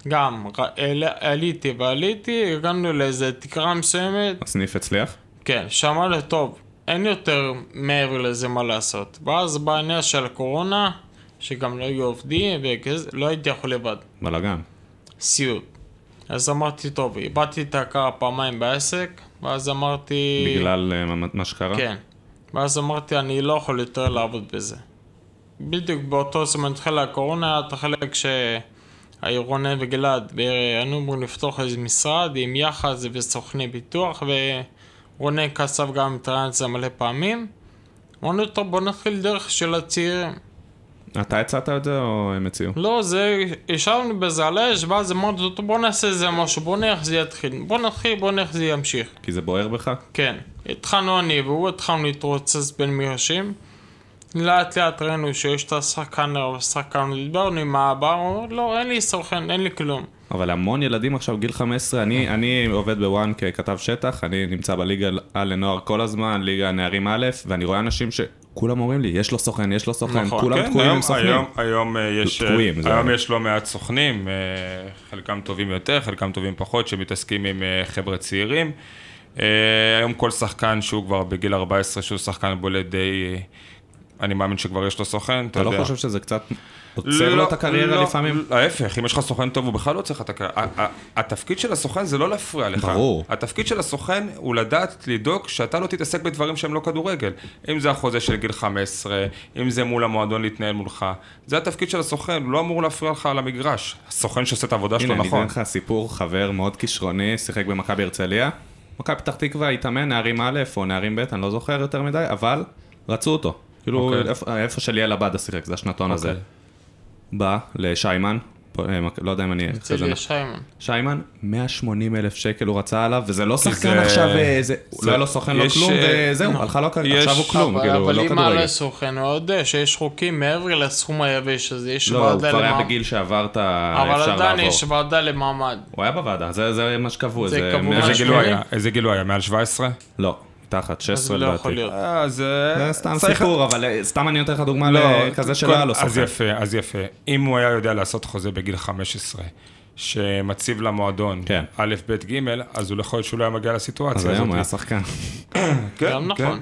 [SPEAKER 4] גם, ר- העל- עליתי ועליתי, הגענו לאיזה תקרה מסוימת,
[SPEAKER 1] הסניף הצליח?
[SPEAKER 4] כן, שאמר לי, טוב, אין יותר מעבר לזה מה לעשות. ואז בא העניין של הקורונה, שגם לא היו עובדים וכזה, לא הייתי יכול לבד.
[SPEAKER 1] בלאגן.
[SPEAKER 4] סיוט. אז אמרתי, טוב, איבדתי את ההכרה פעמיים בעסק, ואז אמרתי...
[SPEAKER 1] בגלל אה, מה- מה שקרה?
[SPEAKER 4] כן. ואז אמרתי, אני לא יכול יותר לעבוד בזה. בדיוק באותו זמן התחילה הקורונה, היה את החלק שהיו רונן וגלעד, והיינו אמורים לפתוח איזה משרד עם יח"צ וסוכני ביטוח, ורונן כסף גם התראיין על זה מלא פעמים. אמרנו, טוב, בוא נתחיל דרך של הצעירים.
[SPEAKER 1] אתה הצעת את זה או הם הציעו?
[SPEAKER 4] לא, זה, ישבנו בזה על האש, ואז אמרנו, טוב, בוא נעשה איזה משהו, בוא נראה איך זה יתחיל. בוא נתחיל, בוא נראה איך זה ימשיך.
[SPEAKER 1] כי זה בוער בך?
[SPEAKER 4] כן, התחלנו אני והוא, התחלנו להתרוצץ בין מגרשים. לאט לאט ראינו שיש את השחקן לא, והשחקן, דיברנו עם האבא, הוא אומר, לא, אין לי סוכן, אין לי כלום.
[SPEAKER 1] אבל המון ילדים עכשיו, גיל 15, אני, אני עובד בוואן ככתב שטח, אני נמצא בליגה על לנוער כל הזמן, ליגה נערים א', ואני רואה אנשים שכולם אומרים לי, יש לו סוכן, יש לו סוכן,
[SPEAKER 4] נכון,
[SPEAKER 1] כולם
[SPEAKER 2] כן,
[SPEAKER 1] תקועים
[SPEAKER 2] היום,
[SPEAKER 1] עם סוכנים. לא
[SPEAKER 2] היום, היום, אה, יש,
[SPEAKER 1] תקועים, זה
[SPEAKER 2] אה, היום
[SPEAKER 1] היה.
[SPEAKER 2] יש לא מעט סוכנים, אה, חלקם טובים יותר, חלקם טובים פחות, שמתעסקים עם אה, חבר'ה צעירים. אה, היום כל שחקן שהוא כבר בגיל 14, שהוא שחקן בולט די... אה, אני מאמין שכבר יש לו סוכן, אתה
[SPEAKER 1] אתה
[SPEAKER 2] יודע.
[SPEAKER 1] לא חושב שזה קצת עוצר לו את הקריירה
[SPEAKER 2] לא,
[SPEAKER 1] לפעמים?
[SPEAKER 2] ההפך, אם יש לך סוכן טוב, הוא בכלל לא צריך את הקריירה. ה- ה- התפקיד של הסוכן זה לא להפריע לך.
[SPEAKER 1] ברור.
[SPEAKER 2] התפקיד של הסוכן הוא לדעת לדאוג שאתה לא תתעסק בדברים שהם לא כדורגל. אם זה החוזה של גיל 15, אם זה מול המועדון להתנהל מולך. זה התפקיד של הסוכן, הוא לא אמור להפריע לך על המגרש. הסוכן שעושה את העבודה שלו
[SPEAKER 1] הנה, אני
[SPEAKER 2] נכון.
[SPEAKER 1] אתן לך סיפור, חבר מאוד כישרוני, שיחק במכבי הרצליה. מכבי פתח תקווה התאמן נערים א' או נערים ב', אני לא זוכר יותר מדי, אבל רצו אותו. כאילו,
[SPEAKER 2] אוקיי.
[SPEAKER 1] איפה- איפה שליאל עבדה שיחק, זה השנתון הזה.
[SPEAKER 2] אוקיי.
[SPEAKER 1] בא לשיימן, פה, אה, מק- לא יודע אם אני...
[SPEAKER 4] אצל ישיימן.
[SPEAKER 1] שיימן, 180 אלף שקל הוא רצה עליו, וזה לא שחקן
[SPEAKER 2] זה-
[SPEAKER 1] עכשיו, אה, זה... לא היה לו סוכן, לא
[SPEAKER 2] יש,
[SPEAKER 1] כלום,
[SPEAKER 2] אה,
[SPEAKER 1] וזהו, הלכה לו כרגע,
[SPEAKER 2] יש-
[SPEAKER 1] עכשיו הוא כלום,
[SPEAKER 4] אבל-
[SPEAKER 1] כאילו, הוא לא
[SPEAKER 4] אבל אם היה
[SPEAKER 1] כדורגל.
[SPEAKER 4] לו סוכן, הוא יודע שיש חוקים מעבר לסכום היבש הזה, יש
[SPEAKER 1] לא, הוא
[SPEAKER 4] ועדה
[SPEAKER 1] כבר היה
[SPEAKER 4] למעמד.
[SPEAKER 1] בגיל שעברת, אה,
[SPEAKER 4] אבל
[SPEAKER 1] אפשר
[SPEAKER 4] עדיין
[SPEAKER 1] לעבור.
[SPEAKER 4] יש ועדה למעמד.
[SPEAKER 1] הוא היה בוועדה, זה- זה מה שקבעו,
[SPEAKER 4] זה
[SPEAKER 1] זה...
[SPEAKER 4] קבעו
[SPEAKER 1] מאה-
[SPEAKER 2] איזה
[SPEAKER 4] ממש
[SPEAKER 2] גיל הוא
[SPEAKER 4] מעניין.
[SPEAKER 2] היה? איזה גיל הוא היה? מעל 17?
[SPEAKER 1] לא, מתחת,
[SPEAKER 4] אז
[SPEAKER 1] 16
[SPEAKER 4] לא יכול
[SPEAKER 1] לדעתי.
[SPEAKER 4] להיות.
[SPEAKER 2] אה, זה...
[SPEAKER 1] זה סתם
[SPEAKER 2] צריך-
[SPEAKER 1] סיפור, אבל אה, סתם אני נותן לך דוגמה
[SPEAKER 2] לא,
[SPEAKER 1] לכזה
[SPEAKER 2] כל-
[SPEAKER 1] שלא היה לו
[SPEAKER 2] אז
[SPEAKER 1] סוכן.
[SPEAKER 2] יפה, אז יפה. אם הוא היה יודע לעשות חוזה בגיל 15, שמציב למועדון,
[SPEAKER 1] כן.
[SPEAKER 2] א', ב', ג', אז הוא יכול להיות שהוא לא היה מגיע
[SPEAKER 1] אז
[SPEAKER 2] לסיטואציה הזאת.
[SPEAKER 1] היום הוא היה שחקן.
[SPEAKER 2] כן,
[SPEAKER 4] גם
[SPEAKER 2] כן.
[SPEAKER 4] נכון.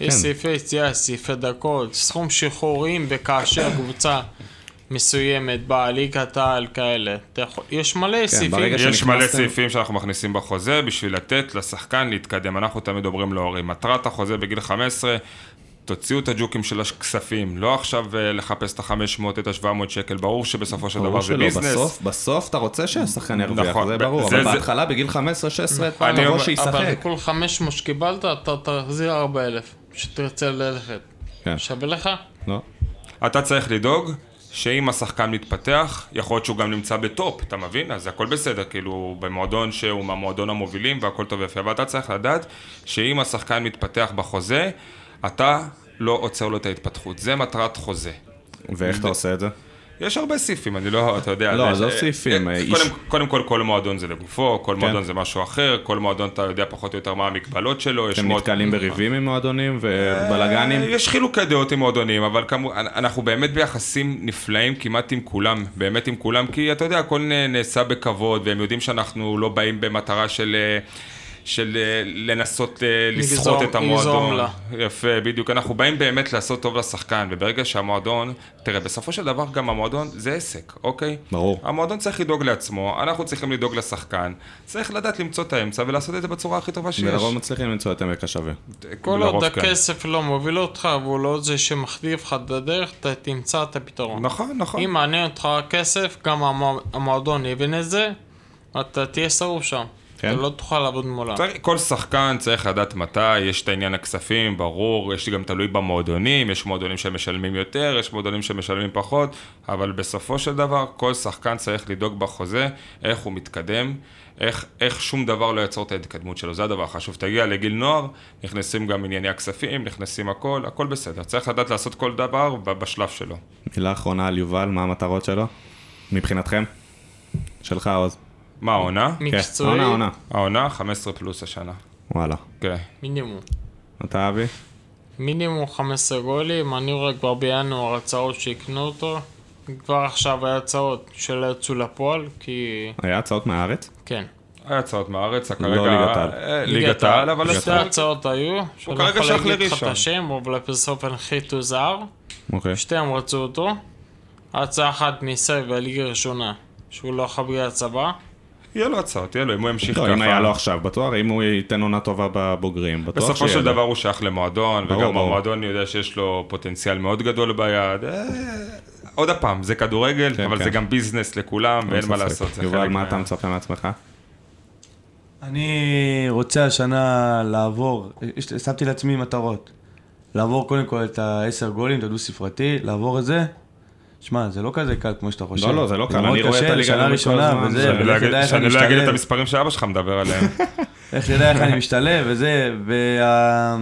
[SPEAKER 4] יש סעיפי יציאה, סעיפי דקות, סכום שחרורים, וכאשר קבוצה מסוימת בליגת העל כאלה. אתה יכול- יש מלא סעיפים.
[SPEAKER 1] כן, ברגע ש-
[SPEAKER 2] יש מלא
[SPEAKER 1] שנכנסתם-
[SPEAKER 2] סעיפים שאנחנו מכניסים בחוזה בשביל לתת לשחקן להתקדם. אנחנו תמיד אומרים להורים, מטרת החוזה בגיל 15, תוציאו את הג'וקים של הכספים, לא עכשיו אה, לחפש את ה-500, את ה-700 שקל, ברור שבסופו של דבר
[SPEAKER 1] ברור
[SPEAKER 2] זה
[SPEAKER 1] שלא,
[SPEAKER 2] לא, ביזנס.
[SPEAKER 1] בסוף, בסוף אתה רוצה שהשחקן ירוויח,
[SPEAKER 2] נכון,
[SPEAKER 1] זה ברור,
[SPEAKER 2] זה-
[SPEAKER 1] אבל
[SPEAKER 2] זה-
[SPEAKER 1] בהתחלה בגיל 15-16
[SPEAKER 2] אני
[SPEAKER 1] תבוא
[SPEAKER 2] אומר,
[SPEAKER 4] אבל
[SPEAKER 1] שישחק.
[SPEAKER 4] כל 500 שקיבלת, אתה תחזיר 4,000, שתרצה ללכת.
[SPEAKER 1] כן.
[SPEAKER 4] שווה לך?
[SPEAKER 1] לא.
[SPEAKER 2] אתה צריך לדאוג שאם השחקן מתפתח, יכול להיות שהוא גם נמצא בטופ, אתה מבין? אז הכל בסדר, כאילו, הוא במועדון שהוא מהמועדון המובילים והכל טוב ויפה, אבל אתה צריך לדעת שאם השחקן מתפתח בחוזה, אתה לא עוצר לו את ההתפתחות. זה מטרת חוזה.
[SPEAKER 1] ואיך אתה עושה את זה?
[SPEAKER 2] יש הרבה סעיפים, אני לא, אתה יודע.
[SPEAKER 1] לא,
[SPEAKER 2] זה-
[SPEAKER 1] עזוב
[SPEAKER 2] אה,
[SPEAKER 1] סעיפים,
[SPEAKER 2] אה,
[SPEAKER 1] אה,
[SPEAKER 2] קודם,
[SPEAKER 1] איש- כן.
[SPEAKER 2] קודם כל, כל מועדון זה לגופו, כל מועדון זה משהו אחר, כל מועדון אתה יודע פחות או יותר מה המגבלות שלו, יש
[SPEAKER 1] אתם
[SPEAKER 2] מועד-
[SPEAKER 1] נתקלים בריבים עם מועדונים ובלאגנים?
[SPEAKER 2] אה, יש חילוקי דעות עם מועדונים, אבל כמו, אנחנו באמת ביחסים נפלאים כמעט עם כולם, באמת עם כולם, כי אתה יודע, הכל נ- נעשה בכבוד, והם יודעים שאנחנו לא באים במטרה של... אה, של אה, לנסות אה, לסחוט את
[SPEAKER 4] לגזום
[SPEAKER 2] המועדון.
[SPEAKER 4] לה.
[SPEAKER 2] יפה, בדיוק. אנחנו באים באמת לעשות טוב לשחקן, וברגע שהמועדון, תראה, בסופו של דבר גם המועדון זה עסק, אוקיי?
[SPEAKER 1] ברור.
[SPEAKER 2] המועדון צריך לדאוג לעצמו, אנחנו צריכים לדאוג לשחקן, צריך לדעת למצוא את האמצע ולעשות את זה בצורה הכי טובה שיש.
[SPEAKER 1] ולרוב מצליחים למצוא את עמק השווה.
[SPEAKER 4] כל
[SPEAKER 2] לרוב
[SPEAKER 4] עוד
[SPEAKER 2] כן.
[SPEAKER 4] הכסף לא מוביל אותך, והוא לא זה שמכתיב לך את הדרך, אתה תמצא את הפתרון.
[SPEAKER 2] נכון, נכון.
[SPEAKER 4] אם מעניין אותך הכסף, גם המוע- המועדון יבין את זה, אתה תהיה שרוף שם.
[SPEAKER 1] כן.
[SPEAKER 4] אתה לא תוכל לעבוד מולם.
[SPEAKER 2] צריך, כל שחקן צריך לדעת מתי, יש את העניין הכספים, ברור, יש לי גם תלוי במועדונים, יש מועדונים שמשלמים יותר, יש מועדונים שמשלמים פחות, אבל בסופו של דבר, כל שחקן צריך לדאוג בחוזה, איך הוא מתקדם, איך, איך שום דבר לא יעצור את ההתקדמות שלו, זה הדבר החשוב. תגיע לגיל נוער, נכנסים גם ענייני הכספים, נכנסים הכל, הכל בסדר. צריך לדעת לעשות כל דבר ב- בשלב שלו.
[SPEAKER 1] מילה אחרונה על יובל, מה המטרות שלו? מבחינתכם? שלך עוז.
[SPEAKER 2] מה העונה?
[SPEAKER 1] כן,
[SPEAKER 4] מקצועי.
[SPEAKER 1] עונה עונה.
[SPEAKER 2] העונה 15 פלוס השנה.
[SPEAKER 1] וואלה.
[SPEAKER 2] כן.
[SPEAKER 4] מינימום.
[SPEAKER 1] אתה אבי?
[SPEAKER 4] מינימום 15 גולים, הניורה כבר בינואר הצעות שיקנו אותו. כבר עכשיו היה הצעות שלא יצאו לפועל, כי...
[SPEAKER 1] היה הצעות מהארץ?
[SPEAKER 4] כן.
[SPEAKER 2] היה הצעות מהארץ, כרגע...
[SPEAKER 1] לא ליגת העל.
[SPEAKER 2] אה, ליגת העל, אבל
[SPEAKER 4] שתי
[SPEAKER 2] הסטארט.
[SPEAKER 4] הצעות היו, שאני לא
[SPEAKER 2] כרגע
[SPEAKER 4] יכול
[SPEAKER 2] שייך
[SPEAKER 4] להגיד לך את
[SPEAKER 2] לראשון.
[SPEAKER 4] השם, אבל בסוף הנחיתו זר.
[SPEAKER 1] אוקיי.
[SPEAKER 4] שתיהם רצו אותו. הצעה אחת מסרביה, ליגה ראשונה, שהוא לא יכול בגלל הצבא.
[SPEAKER 2] יהיה לו הצעות, יהיה לו, אם הוא ימשיך
[SPEAKER 1] לא, אם היה לו
[SPEAKER 2] ככה.
[SPEAKER 1] עכשיו בתואר, אם הוא ייתן עונה טובה בבוגרים, בטוח
[SPEAKER 2] בסופו
[SPEAKER 1] שיהיה
[SPEAKER 2] של
[SPEAKER 1] לו.
[SPEAKER 2] דבר הוא שייך למועדון,
[SPEAKER 1] ברור,
[SPEAKER 2] וגם
[SPEAKER 1] ברור.
[SPEAKER 2] המועדון יודע שיש לו פוטנציאל מאוד גדול ביד. אה, עוד פעם, זה כדורגל,
[SPEAKER 1] כן,
[SPEAKER 2] אבל
[SPEAKER 1] כן.
[SPEAKER 2] זה גם ביזנס לכולם, ואין מה
[SPEAKER 1] ספק.
[SPEAKER 2] לעשות. זה
[SPEAKER 1] יובל,
[SPEAKER 2] חלק
[SPEAKER 1] מה
[SPEAKER 2] מה-
[SPEAKER 1] אתה מצפה מעצמך?
[SPEAKER 3] אני רוצה השנה לעבור, יש- שמתי לעצמי מטרות. לעבור קודם כל את העשר גולים, את הדו-ספרתי, לעבור את זה. שמע, זה לא כזה קל כמו שאתה חושב.
[SPEAKER 1] לא, לא, זה לא קל, אני
[SPEAKER 3] מאוד
[SPEAKER 1] רואה את
[SPEAKER 3] קשה,
[SPEAKER 1] הליגה
[SPEAKER 3] שנה
[SPEAKER 1] הלאומית כל
[SPEAKER 3] ראשונה,
[SPEAKER 1] הזמן, זה-
[SPEAKER 3] וזה,
[SPEAKER 2] שאני לא
[SPEAKER 3] ולך תדע
[SPEAKER 2] אגיד-
[SPEAKER 3] איך אני
[SPEAKER 2] שאני לא אגיד את
[SPEAKER 3] משתלב.
[SPEAKER 2] המספרים שאבא שלך מדבר עליהם.
[SPEAKER 3] איך תדע איך אני משתלב, וזה, וה...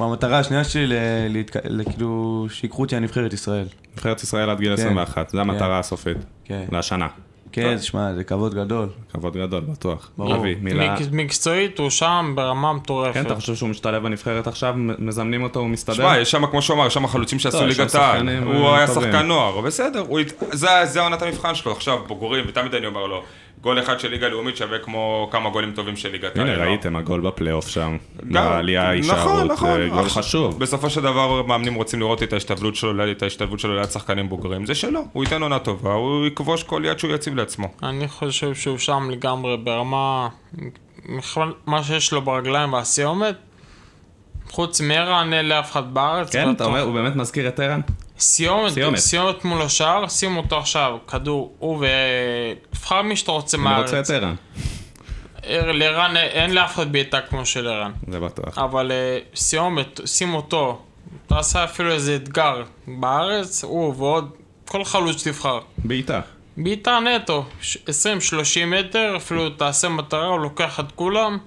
[SPEAKER 3] והמטרה השנייה שלי, ל- להתק- ל- כאילו, שיקחו אותי לנבחרת ישראל.
[SPEAKER 1] נבחרת ישראל עד גיל
[SPEAKER 3] כן.
[SPEAKER 1] 21, זו המטרה הסופית.
[SPEAKER 3] כן.
[SPEAKER 1] לשנה.
[SPEAKER 3] כן, שמע, זה כבוד גדול.
[SPEAKER 1] כבוד גדול, בטוח.
[SPEAKER 3] ברור.
[SPEAKER 1] אבי, מילה...
[SPEAKER 4] מק- מקצועית הוא שם ברמה מטורפת.
[SPEAKER 1] כן, אתה חושב שהוא משתלב בנבחרת עכשיו, מ- מזמנים אותו, הוא מסתדר?
[SPEAKER 2] תשמע, יש שם, כמו שהוא אמר, יש שם חלוצים שעשו
[SPEAKER 1] לא, יש שם
[SPEAKER 2] ליגת העל.
[SPEAKER 1] שחקנים,
[SPEAKER 2] הוא
[SPEAKER 1] אה,
[SPEAKER 2] היה
[SPEAKER 1] טובים.
[SPEAKER 2] שחקן נוער, בסדר. הוא הת- זה- זה עונת המבחן שלו, עכשיו בוגרים, ותמיד אני אומר לו, גול אחד של ליגה לאומית שווה כמו כמה גולים טובים של ליגת העל.
[SPEAKER 1] הנה,
[SPEAKER 2] לא?
[SPEAKER 1] ראיתם, הגול בפלייאוף שם.
[SPEAKER 2] גם. נכון,
[SPEAKER 1] בעלייה, הישארות, זה גול
[SPEAKER 2] עכשיו,
[SPEAKER 1] חשוב.
[SPEAKER 2] בסופו של דבר מאמנים רוצים לראות את ההשתבלות שלו, את ההשתלבות שלו ליד שחקנים בוגרים, זה שלו, הוא ייתן עונה טובה, הוא יכבוש כל יד שהוא יציב לעצמו.
[SPEAKER 4] אני חושב שהוא שם לגמרי ברמה... בכלל, מה שיש לו ברגליים והסיומת. חוץ מערן אין לאף אחד בארץ.
[SPEAKER 1] כן,
[SPEAKER 4] ואתה-
[SPEAKER 1] אתה אומר, הוא באמת מזכיר את ערן? סיומת.
[SPEAKER 4] סיומת, סיומת, סיומת מול השער, שים אותו עכשיו, כדור, הוא ו... תבחר מי שאתה רוצה
[SPEAKER 1] אני רוצה
[SPEAKER 4] מהארץ.
[SPEAKER 1] את ערן.
[SPEAKER 4] ער- לערן אין לאף אחד בעיטה כמו של ערן.
[SPEAKER 1] זה בטוח.
[SPEAKER 4] אבל אה, סיומת, שים אותו, תעשה אפילו איזה אתגר בארץ, הוא ועוד כל חלוץ שתבחר.
[SPEAKER 1] בעיטה.
[SPEAKER 4] בעיטה נטו, ש- 20-30 מטר, אפילו תעשה מטרה, הוא לוקח את כולם,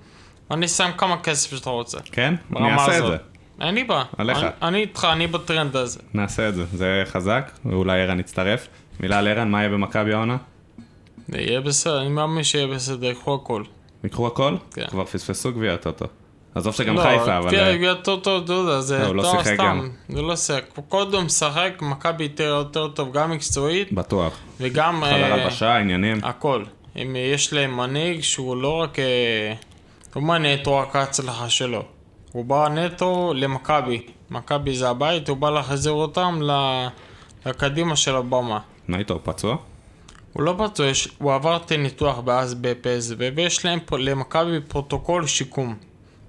[SPEAKER 4] אני שם כמה כסף שאתה רוצה.
[SPEAKER 1] כן? אני
[SPEAKER 4] ברמה
[SPEAKER 1] אעשה את
[SPEAKER 4] הזאת.
[SPEAKER 1] זה.
[SPEAKER 4] אין לי בעיה.
[SPEAKER 1] עליך.
[SPEAKER 4] אני- אני איתך, אני בטרנד הזה.
[SPEAKER 1] נעשה את זה. זה חזק, ואולי ערן יצטרף. מילה על ערן, מה יהיה במכבי העונה?
[SPEAKER 4] יהיה בסדר, אני מאמין שיהיה בסדר, יקחו הכל.
[SPEAKER 1] ייקחו הכל?
[SPEAKER 4] כן.
[SPEAKER 1] כבר פספסו גביע הטוטו. עזוב שגם
[SPEAKER 4] לא,
[SPEAKER 1] חיפה, אבל...
[SPEAKER 4] תראה,
[SPEAKER 1] אה,
[SPEAKER 4] גביע טוטו, אתה יודע, זה
[SPEAKER 1] לא, הוא לא
[SPEAKER 4] תואר
[SPEAKER 1] שיחק
[SPEAKER 4] סתם.
[SPEAKER 1] גם.
[SPEAKER 4] זה לא שיחק. קודם משחק, מכבי תראה יותר טוב, גם מקצועית,
[SPEAKER 1] בטוח.
[SPEAKER 4] וגם...
[SPEAKER 1] חדר
[SPEAKER 4] אה,
[SPEAKER 1] הלבשה, עניינים.
[SPEAKER 4] הכל. אם יש להם מנהיג שהוא לא רק... אה, לא מעניין אותו רק ההצלחה שלו. הוא בא נטו למכבי. מכבי זה הבית, הוא בא להחזיר אותם ל- לקדימה של הבמה.
[SPEAKER 1] נייטור פצוע?
[SPEAKER 4] הוא לא פצוע, יש- הוא עבר את הניתוח באז בפסו, ויש להם פה- למכבי פרוטוקול שיקום.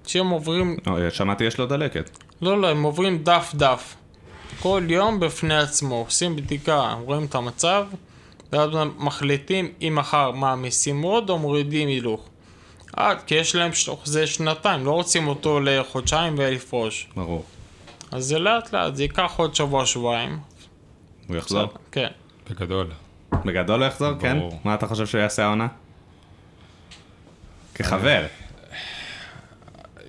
[SPEAKER 4] שהם עוברים,
[SPEAKER 1] אה, שמעתי יש לו דלקת.
[SPEAKER 4] לא לא, הם עוברים דף דף. כל יום בפני עצמו, עושים בדיקה, רואים את המצב, ואז מחליטים אם מחר מעמיסים עוד או מורידים הילוך. עד כי יש להם ש- חוזה שנתיים, לא רוצים אותו לחודשיים ולפרוש.
[SPEAKER 1] ברור.
[SPEAKER 4] אז זה לאט לאט, זה ייקח עוד שבוע שבועיים.
[SPEAKER 1] הוא יחזור?
[SPEAKER 4] כן.
[SPEAKER 2] בגדול.
[SPEAKER 1] בגדול הוא יחזור, כן?
[SPEAKER 2] ברור.
[SPEAKER 1] מה אתה חושב שהוא יעשה העונה? כחבר,
[SPEAKER 4] אה,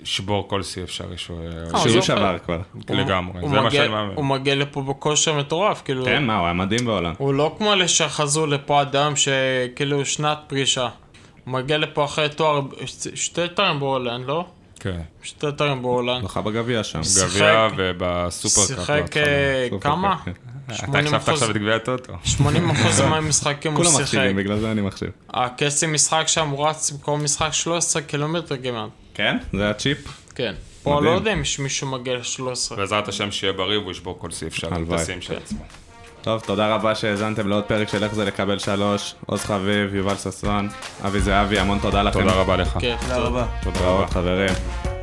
[SPEAKER 2] שבור כל שיא אפשרי שהוא...
[SPEAKER 4] אה,
[SPEAKER 1] שהוא
[SPEAKER 4] עזוב,
[SPEAKER 1] שבר כבר.
[SPEAKER 2] לגמרי,
[SPEAKER 4] הוא
[SPEAKER 2] זה מה
[SPEAKER 4] מגיע-
[SPEAKER 2] שאני מאמין.
[SPEAKER 4] הוא מגיע לפה בכושר מטורף, כאילו...
[SPEAKER 1] כן, מה, הוא היה מדהים בעולם.
[SPEAKER 4] הוא לא כמו אלה שחזרו לפה עד היום שכאילו שנת פרישה. הוא מגיע לפה אחרי תואר, ש- שתי תארים בהולנד, לא?
[SPEAKER 2] כן.
[SPEAKER 4] שתי תארים בהולנד.
[SPEAKER 1] זוכה בגביע שם.
[SPEAKER 2] גביע ובסופרקאפ.
[SPEAKER 4] שיחק אה,
[SPEAKER 1] סופר
[SPEAKER 4] כמה?
[SPEAKER 1] קאפ,
[SPEAKER 2] אתה
[SPEAKER 4] 80
[SPEAKER 2] החשבת
[SPEAKER 4] אחוז-
[SPEAKER 2] עכשיו את גביע הטוטו.
[SPEAKER 4] 80 אחוז מהמשחקים הוא
[SPEAKER 1] כולם
[SPEAKER 4] שיחק.
[SPEAKER 1] מחשיבים, בגלל זה אני מחשיב.
[SPEAKER 4] הקסם משחק שם הוא רץ במקום משחק 13 קילומטר כמעט.
[SPEAKER 1] כן? זה הצ'יפ?
[SPEAKER 4] כן. פה
[SPEAKER 1] מדהים.
[SPEAKER 4] לא יודע אם יש מישהו מגיע ל-13.
[SPEAKER 2] בעזרת השם שיהיה בריא והוא ישבור כל שיא אפשרי.
[SPEAKER 1] הלוואי.
[SPEAKER 2] תשים של
[SPEAKER 4] כן.
[SPEAKER 2] עצמו.
[SPEAKER 1] טוב, תודה רבה שהאזנתם לעוד פרק של איך זה לקבל שלוש. עוז חביב, יובל ששון, אבי זהבי, המון תודה לכם.
[SPEAKER 2] תודה רבה לך.
[SPEAKER 4] כן,
[SPEAKER 3] תודה רבה.
[SPEAKER 1] תודה רבה. חברים.